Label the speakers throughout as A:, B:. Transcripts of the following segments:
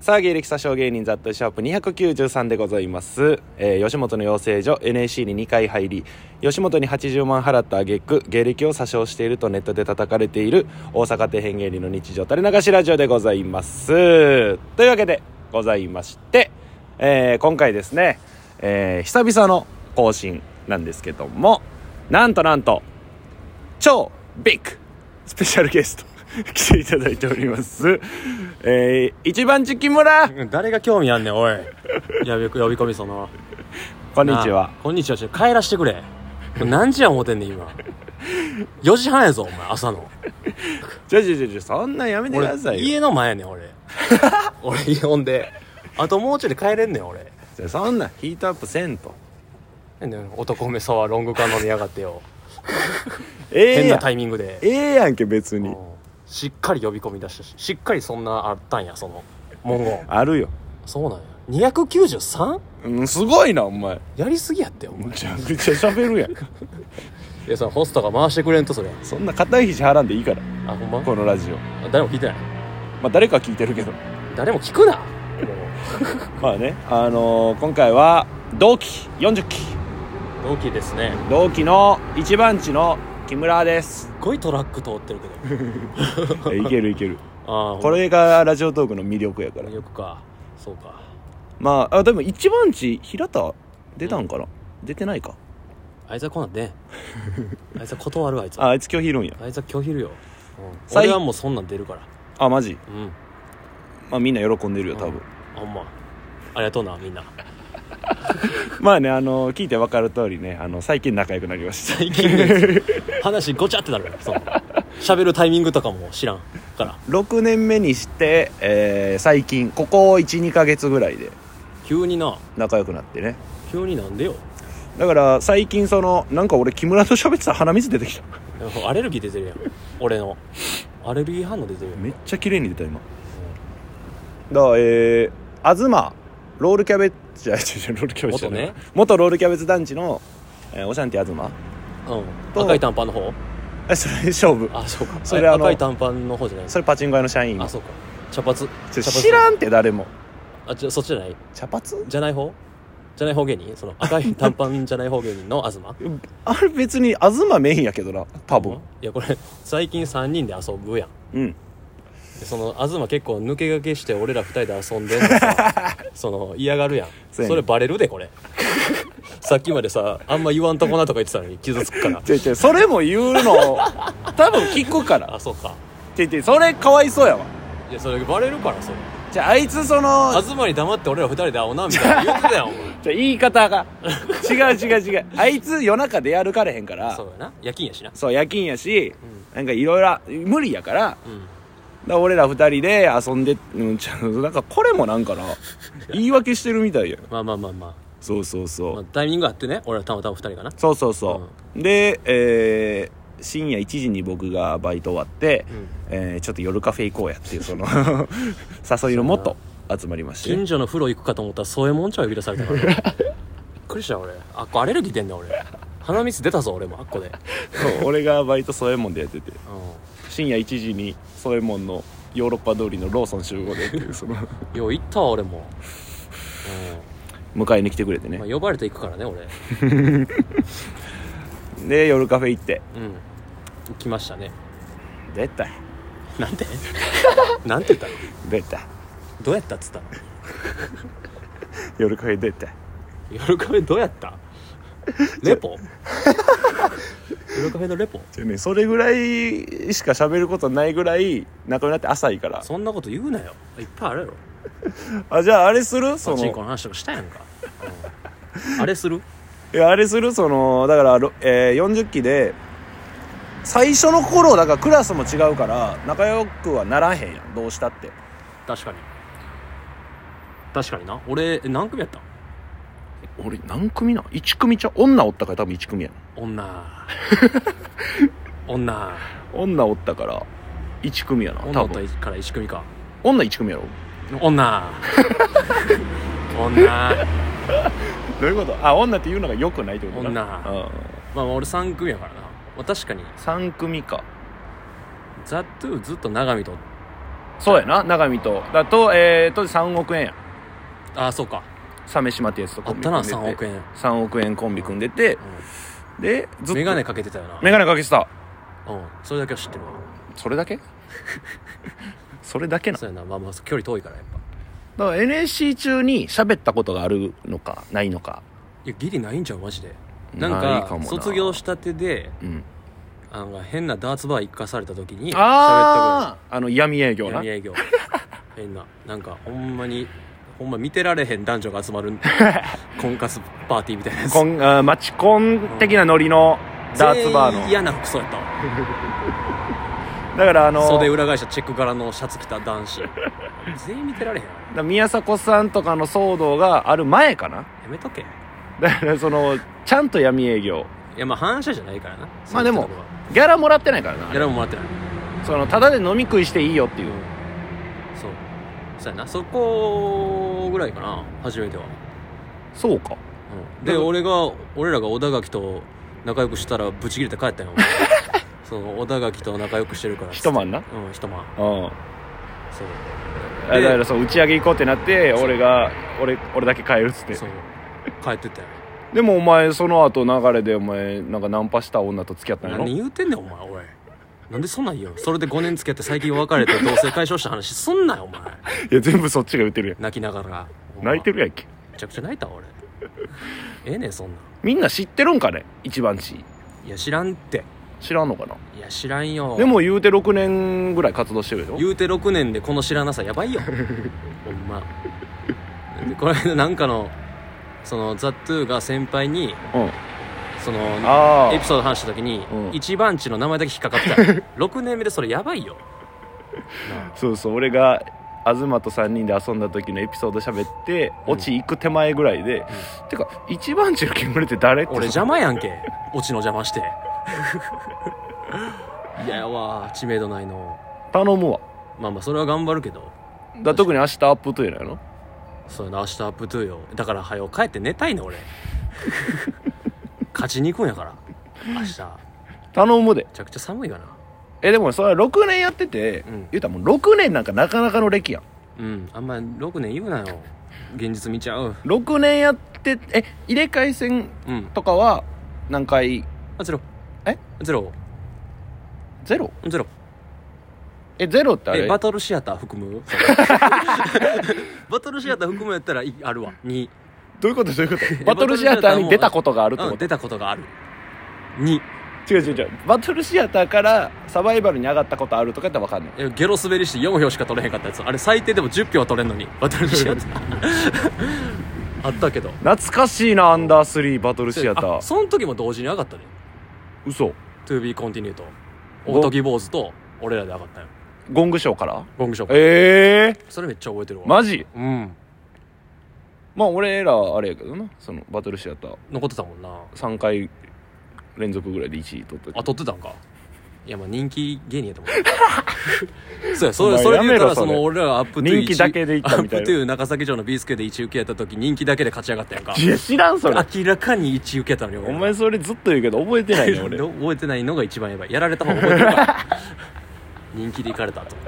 A: さあ芸歴詐称芸人ザットシャープ293でございます、えー吉本の養成所 NAC に2回入り吉本に80万払った挙句芸歴を詐称しているとネットで叩かれている大阪底辺芸人の日常垂れ流しラジオでございますというわけでございまして、えー今回ですね、えー久々の更新なんですけどもなんとなんと超ビッグスペシャルゲスト 来ていただいております。えー、一番チキ村
B: 誰が興味あんねんおいやべ呼び込みその
A: こ
B: こ
A: んにちは。
B: こんにちはちょ帰らしてくれこれ何時や思ってんねん今4時半やぞお前朝の
A: ちょちょちょちょ、そんなんやめてくださ
B: 俺
A: いよ。
B: 家の前やねん 俺俺家ほんであともうちょいで帰れんねん俺
A: じゃそんなんヒートアップせんと。
B: なんで男目さはロング缶飲みやがってよ
A: ええ
B: 変
A: や。
B: なんタイミングで
A: ええやんけ、別に。
B: しっかり呼び込み出したししっかりそんなあったんやその文言
A: あるよ。
B: そうなんや 293?
A: うん、すごいな、お前。
B: やりすぎやってお前
A: むちゃくちゃ喋るやん。
B: いやそのホストが回してくれんとそれ
A: そんな肩肘張らんでいいから、
B: あほんま
A: このラジオ。
B: 誰も聞いてない
A: まあ、誰かは聞いてるけど。
B: 誰も聞くなも
A: まあね、あのー今回は、同期40期、
B: う同期ですね
A: 同期の一番地の木村です
B: す。っごいトラック通ってるけ ど
A: え いけるいける。
B: ああ
A: これがラジオトークの魅力やから。
B: よくかそうか
A: まあ、あ、でも一番地、平田、出たんかな、出てないか。
B: あいつはこんなんであいつは断るわあいつ
A: あ、
B: は
A: あいつ今日昼んや。
B: あいつは拒否るよ、うん、
A: 最
B: 俺はもうそんなん出るから
A: あ、マジ。
B: うん
A: まあみんな喜んでるよ多分、
B: あほんまありがとうなみんな
A: まあねあの聞いて分かる通りねあの最近仲良くなりました
B: 最近のやつ話ごちゃってなるそう喋るタイミングとかも知らんから
A: 6年目にして、えー最近ここ12ヶ月ぐらいで
B: 急にな
A: 仲良くなってね
B: 急になんでよ
A: だから最近そのなんか俺木村と喋ってたら鼻水出てきた
B: アレルギー出てるやん俺のアレルギー反応出てるやん
A: めっちゃ綺麗に出た今だからえー、東ロールキャベツじゃ違う違うロールキャベツじゃない
B: 元
A: 元ロールキャベツ団地の、えー、オシャンティ東
B: う
A: と
B: ん赤い短パンの方
A: えそれ勝負
B: あそうか
A: そ
B: そ
A: れ
B: れ
A: あの
B: 赤い短パンの方じゃない
A: それパチンコ屋の社員
B: あそうか茶髪
A: ち
B: 茶
A: ょ
B: 髪
A: 知らんって誰も
B: あちょそっちじゃない
A: 茶髪
B: じゃない方じゃない方芸人その赤 い短パンじゃない方芸人の東
A: あれ別に東メインやけどな多分
B: いやこれ最近3人で遊ぶやん
A: うん
B: でその東結構抜け駆けして俺ら2人で遊んでんの さその嫌がるやん
A: そう
B: そ
A: やねん
B: れバレるでこれ さっきまでさあんま言わんとこなとか言ってたのに傷つ くから
A: ちょいちょいそれも言う の多分聞くから
B: あそうか
A: ちょいちょいそれかわいそうやわ
B: いやそれバレるからそれ
A: じゃああいつその
B: 東に黙って俺ら2人で会おうなみたいな言ってたやんお前
A: じゃあ言い方が違う違う違 うあいつ夜中出歩かれへんから
B: そうやな夜勤やしな
A: そう夜勤やし、なんかいろいろ無理やからだか
B: うん
A: ら俺ら二人で遊んで、うん、ちゃうなんかこれもなんかな言い訳してるみたいやん
B: まあまあまあまあ
A: そうそうそう、
B: まあ、タイミングあってね俺はたまたま2人かな
A: そうそうそう、で、えー深夜1時に僕がバイト終わって、
B: うん
A: えーちょっと夜カフェ行こうやっていうその 誘いのもと集まりまして
B: 近所の風呂行くかと思ったらそういうもんちゃう呼び出されたから びっくりした俺あっこアレルギー出んねん俺鼻水出たぞ俺もあっこで、
A: そう 俺がバイト添右衛門でやってて
B: う
A: 深夜1時に添右衛門のヨーロッパ通りのローソン集合でっていうその
B: ん、よう行ったわ俺も、
A: 迎えに来てくれて
B: うんまあ、
A: ね
B: 呼ばれて行くからね俺うん
A: で夜カフェ行って
B: 行きましたね
A: 出た
B: なんて なんて言ったの
A: 出た
B: どうやったっつったの
A: 夜カフェ出た
B: 夜カフェどうや ったレポ 夜カフェのレポ
A: じゃあねそれぐらいしか喋ることないぐらい仲良くなって浅いから
B: そんなこと言うなよいっぱいあるやろ
A: あじゃああれするそ
B: パチン
A: の
B: コの話とかしたやんか、うんあれする
A: いやあれするそのだから、ろえー40期で最初の頃だからクラスも違うから仲良くはならへんやんどうしたって
B: 確かに確かにな俺え何組やったん
A: 俺何組な1組ちゃ女おったから多分1組やん
B: 女女
A: 女おったから1組やな
B: 女
A: 多
B: おった
A: 分
B: から石組か
A: 女1組やろ
B: 女女ま
A: どういうことあ女っていうのが良くないってことな
B: 女あ俺3組やからな、まあ、確かに
A: うん、3組か
B: ザ・トゥずっと長見と
A: そうやな永見とだとえー、と3億円や
B: ああそうか
A: 鮫島ってやつとコンビ組んでて
B: あったな3億円
A: 3億円コンビ組んでて、でずっと
B: 眼鏡かけてたよな
A: メガネかけてた
B: うんそれだけは知ってるわ
A: それだけ それだけな
B: そうやなまあまあ距離遠いからやっぱ
A: だから NSC 中に喋ったことがあるのかないのか
B: いやギリないんちゃうマジでなん
A: ない
B: か
A: かもな
B: 卒業したてで
A: うん
B: あの変なダーツバー行かされた時に
A: あああの闇営業な
B: 闇営業 変ななんかほんまにほんま見てられへん男女が集 まる婚活パーティーみたいなやつ
A: コンあマチコン的なノリのダーツバー
B: 全員
A: の
B: 嫌な服装やったわ
A: だからあの
B: 袖裏返したチェック柄のシャツ着た 男子全員見てられへんわ
A: だから宮迫さんとかの騒動がある前かな
B: やめとけい
A: だからそのちゃんと闇営業
B: やまあ反射じゃないからな
A: まあでも
B: そういったとこ
A: ギャラもらってないから
B: はギャラ
A: な
B: ももらってない
A: そのただで飲み食いしていいよっていう
B: そうそうやなそこぐらいかな初めては、
A: そうか
B: うん、
A: だ
B: で
A: から
B: 俺が俺らが小田垣と仲良くしたらブチ切れて帰っ たよその小田垣と仲良くしてるからっつって
A: 一晩な
B: うん一晩
A: うん
B: そう
A: だからそう打ち上げ行こうってなって俺が俺俺だけ帰るっつって
B: そう帰ってったよ
A: でもお前その後流れでお前なんかナンパした女と付き合ったんやろ
B: 何言うてんねんお前おいなんでそんなん言うのそれで5年付き合って最近別れて同棲解消した話すんなよお前
A: いや全部そっちが言ってる
B: 泣きながら
A: やん泣いて
B: る
A: るやんけ
B: めちゃくちゃ泣いたわ俺ええねんそんなん
A: みんな知ってるんかね一番地
B: いや知らんって
A: 知らんのかない
B: や知らんよ
A: でも言うて6年ぐらい活動してるでしょ
B: 言うて6年でこの知らなさやばいよ ほんまでこの間なんかのそのザ・トゥーが先輩に
A: うん
B: その
A: ああ
B: エピソード話した時に、
A: うん
B: 一番地の名前だけ引っかかった 6年目でそれやばいよな
A: そうそう俺が東と3人で遊んだ時のエピソード喋って
B: うん
A: オチ行く手前ぐらいで、てか一番地の煙って誰っ
B: あ
A: て
B: 俺邪魔やんけオチの邪魔して いややわ知名度ないの
A: 頼むわ
B: まあまあそれは頑張るけど
A: だ特に明日アップというのやろ
B: そうやな明日アップトゥーよだから早よ帰って寝たいね 俺勝ちに行くんやから明日めちゃ
A: 頼むで
B: くちゃ寒いわな
A: えでもそれは6年やってて、
B: うん
A: 言うたらもう6年なんかなかなかの歴やん
B: うんあんま6年言うなよ現実見ちゃう
A: 6年やってえ入れ替え戦
B: うん
A: とかは何回
B: あゼロ
A: え
B: ゼロ
A: ゼロ
B: ゼロ
A: えゼロってあ
B: え
A: れ
B: バトルシアター含 むバトルシアター含むやったらいあるわ2
A: どういうことどういうことバトルシアターに出たことがあるって
B: う
A: こ
B: ん出
A: と、
B: たことがある2
A: 違う違う違うバトルシアターからサバイバルに上がったことあるとかやったら分かんない
B: えゲロ滑りして4票しか取れへんかったやつあれ最低でも10票は取れんのにバトルシアター あったけど
A: 懐かしいなアンダースリーバトルシアタ
B: あ
A: ー
B: その時も同時に上がったで
A: 嘘
B: TOBECONTINUE と
A: お
B: 大時坊主と俺らで上がったよ
A: ゴングショーから
B: ゴングショップ
A: ええ
B: それめっちゃ覚えてるわ
A: マジ
B: うん
A: まあ俺らあれやけどなそのバトルシアター
B: 残ってたもんな
A: 3回連続ぐらいで1位取って
B: あ撮ってたんかいやまあ人気芸人やと思 うそうや
A: お
B: そ
A: 前
B: れそれで言うた
A: やめろ
B: ら
A: そ
B: そ
A: れ
B: の俺らがアップトゥー
A: 人気だけで行ったみたいな
B: アップトゥー中崎城の B スケで1受けやった時人気だけで勝ち上がったやんか
A: いや知らん それ
B: 明らかに1受けやったのに
A: お前それずっと言うけど覚えてないね俺
B: 覚えてないのが一番やばいやられた方が覚えてるから人気で行かれたと思っ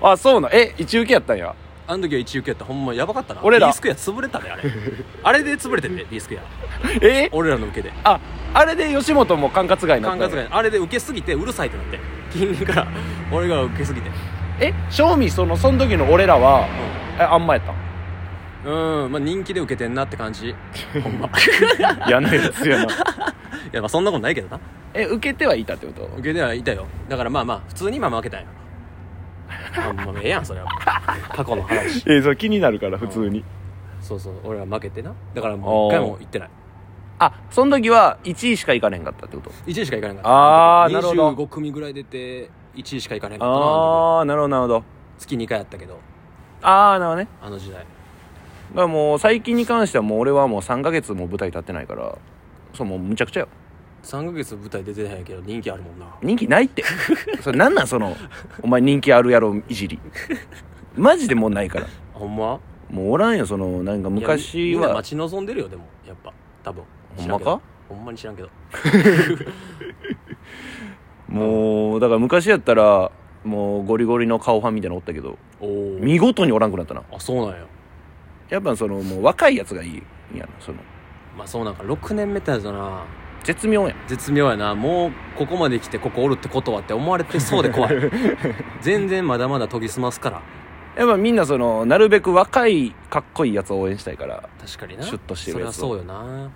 B: た
A: あそうなんえ一受けやったんや
B: あの時は1受けやったほんまやばかったな
A: 俺ら
B: B スクエア潰れたであれあれで潰れてんで B スクエア
A: え
B: 俺らの受けで
A: ああれで吉本も管轄外にな
B: 管
A: った
B: 轄
A: の
B: 外あれで受けすぎてうるさいってなって近隣から俺が受けすぎて
A: え正味そのその時の俺らはえあんまやったん
B: うんまあ人気で受けてんなって感じほんまい
A: 嫌なやつやな
B: やまあそんなことないけどな
A: え受けてはいたってこと
B: 受けてはいたよだからまあまあ普通にまあ負けたんやほんまええやんそれは過去の話
A: えそう気になるから普通に
B: そうそう俺ら負けてなだからもう一回も行ってない
A: あその時は1位しか行かれへんかったってこと
B: 1位しか行かなかった
A: あーなるほど
B: 25組ぐらい出て1位しか行かなかったな
A: ああなるほどなるほど
B: 月2回やったけど
A: ああなるほどね
B: あの時代
A: だからもう最近に関してはもう俺はもう3ヶ月も舞台立ってないからそうもうむちゃくちゃよ
B: 3ヶ月舞台出てないけど人気あるもんな
A: 人気ないって それなんなんそのお前人気あるやろいじりマジでもうないから
B: ほんま
A: もうおらんよそのなんか
B: い
A: 昔
B: やみんな
A: は
B: 待ち望んでるよでもやっぱ多分
A: ほんまか
B: 知らけどほんまに知らんけど
A: もうだから昔やったらもうゴリゴリの顔ファンみたいなのおったけど
B: おお
A: 見事におらんくなったな
B: あそうなんや
A: やっぱそのもう若いやつがいいんやなその
B: まあそうなんか6年目ってやつだな
A: 絶妙やん
B: 絶妙やなもうここまで来てここおるってことはって思われてそうで怖い 全然まだまだ研ぎ澄ますから
A: やっぱみんなそのなるべく若いかっこいいやつを応援したいから
B: 確かにな
A: シュッとしてるやつ
B: それはそうよな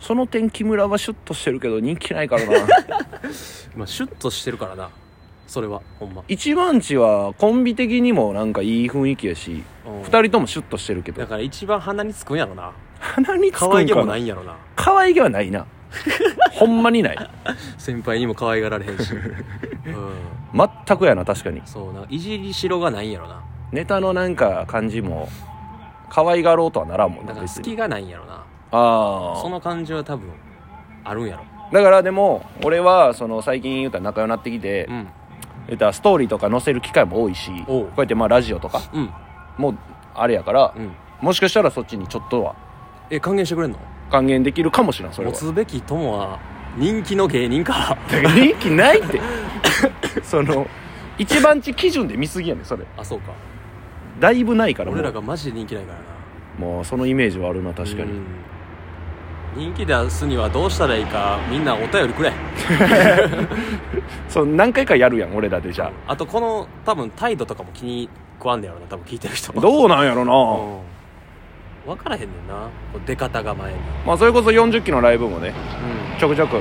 A: その点木村はシュッとしてるけど人気ないから な
B: まあシュッとしてるからなそれはほんま
A: 一番地はコンビ的にもなんかいい雰囲気やし
B: うん
A: 二人ともシュッとしてるけど
B: だから一番鼻につくんやろな
A: 鼻につくん
B: 可愛げ
A: か
B: もな
A: ない
B: んやろな
A: 可愛げはないなほんまにない
B: 先輩にも可愛がられへんし うん
A: 全くやな確かに
B: そうないじりしろがないんやろな
A: ネタのなんか感じも可愛がろうとはならんもんな
B: だから
A: 別
B: 好
A: に
B: きがないんやろな
A: あ
B: そ
A: あ
B: の感じは多分あるんやろ
A: だからでも俺はその最近言うたら仲良くなってきて、
B: うん
A: 言うたらストーリーとか載せる機会も多いし
B: おう
A: こうやってまあラジオとか
B: うん
A: もうあれやから、
B: うん
A: もしかしたらそっちにちょっとは
B: え還元してくれんの
A: 還元できるかもしれんそれ
B: 持
A: は
B: つべき友は人気の芸人か
A: だから人気ないって その一番地基準で見すぎやねんそれ
B: あそうか
A: だいぶないからも
B: 俺ら
A: う
B: がマジで人気ないからな
A: もうそのイメージはあるな確か
B: う
A: に
B: ん人気出すにはどうしたらいいかみんなお便りくれ
A: そう何回かやるやん俺らでじゃ
B: あとこの多分態度とかも気に食わんねやろな多分聞いてる人
A: あどうなんやろな、
B: うん分からへんねんなこう出方が前に
A: まあそれこそ4 0期のライブもねちょくちょく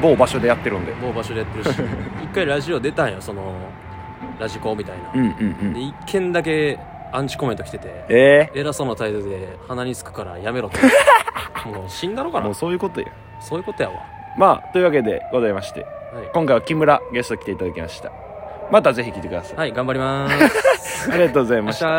A: 某場所でやってるんで
B: もう場所でやってるし一回ラジオ出たんよそのラジコみたいな、
A: うんうんう
B: で
A: ん
B: 一件だけアンチコメント来てて
A: え
B: 偉そうな態度で鼻につくからやめろってもう死んだろ
A: え
B: か
A: もう
B: な
A: そういうことや
B: そういうことやわ、
A: まあというわけでございまして
B: はい
A: 今回は木村ゲスト来ていただきましたまたぜひ来てください、
B: はい、頑張りま す。
A: ありがとうございま
B: 明
A: し
B: 日
A: た